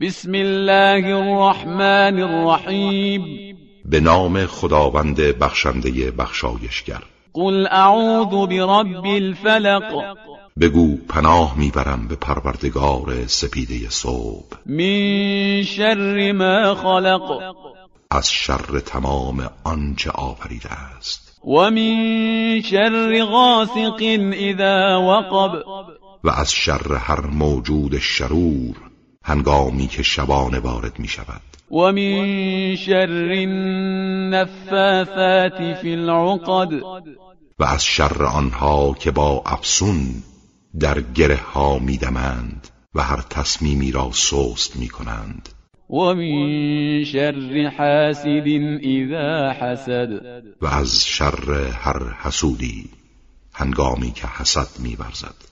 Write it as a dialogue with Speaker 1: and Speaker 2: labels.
Speaker 1: بسم الله الرحمن الرحیم
Speaker 2: به نام خداوند بخشنده بخشایشگر
Speaker 1: قل اعوذ برب الفلق
Speaker 2: بگو پناه میبرم به پروردگار سپیده صبح
Speaker 1: من شر ما خلق
Speaker 2: از شر تمام آنچه آفریده است
Speaker 1: ومن شر غاسق اذا وقب
Speaker 2: و از شر هر موجود شرور هنگامی که شبانه وارد می شود
Speaker 1: ومن شر النفاثات في العقد
Speaker 2: و از شر آنها که با افسون در گره ها میدمند و هر تصمیمی را سست می کنند
Speaker 1: ومن شر حاسد اذا حسد
Speaker 2: و از شر هر حسودی هنگامی که حسد میورزد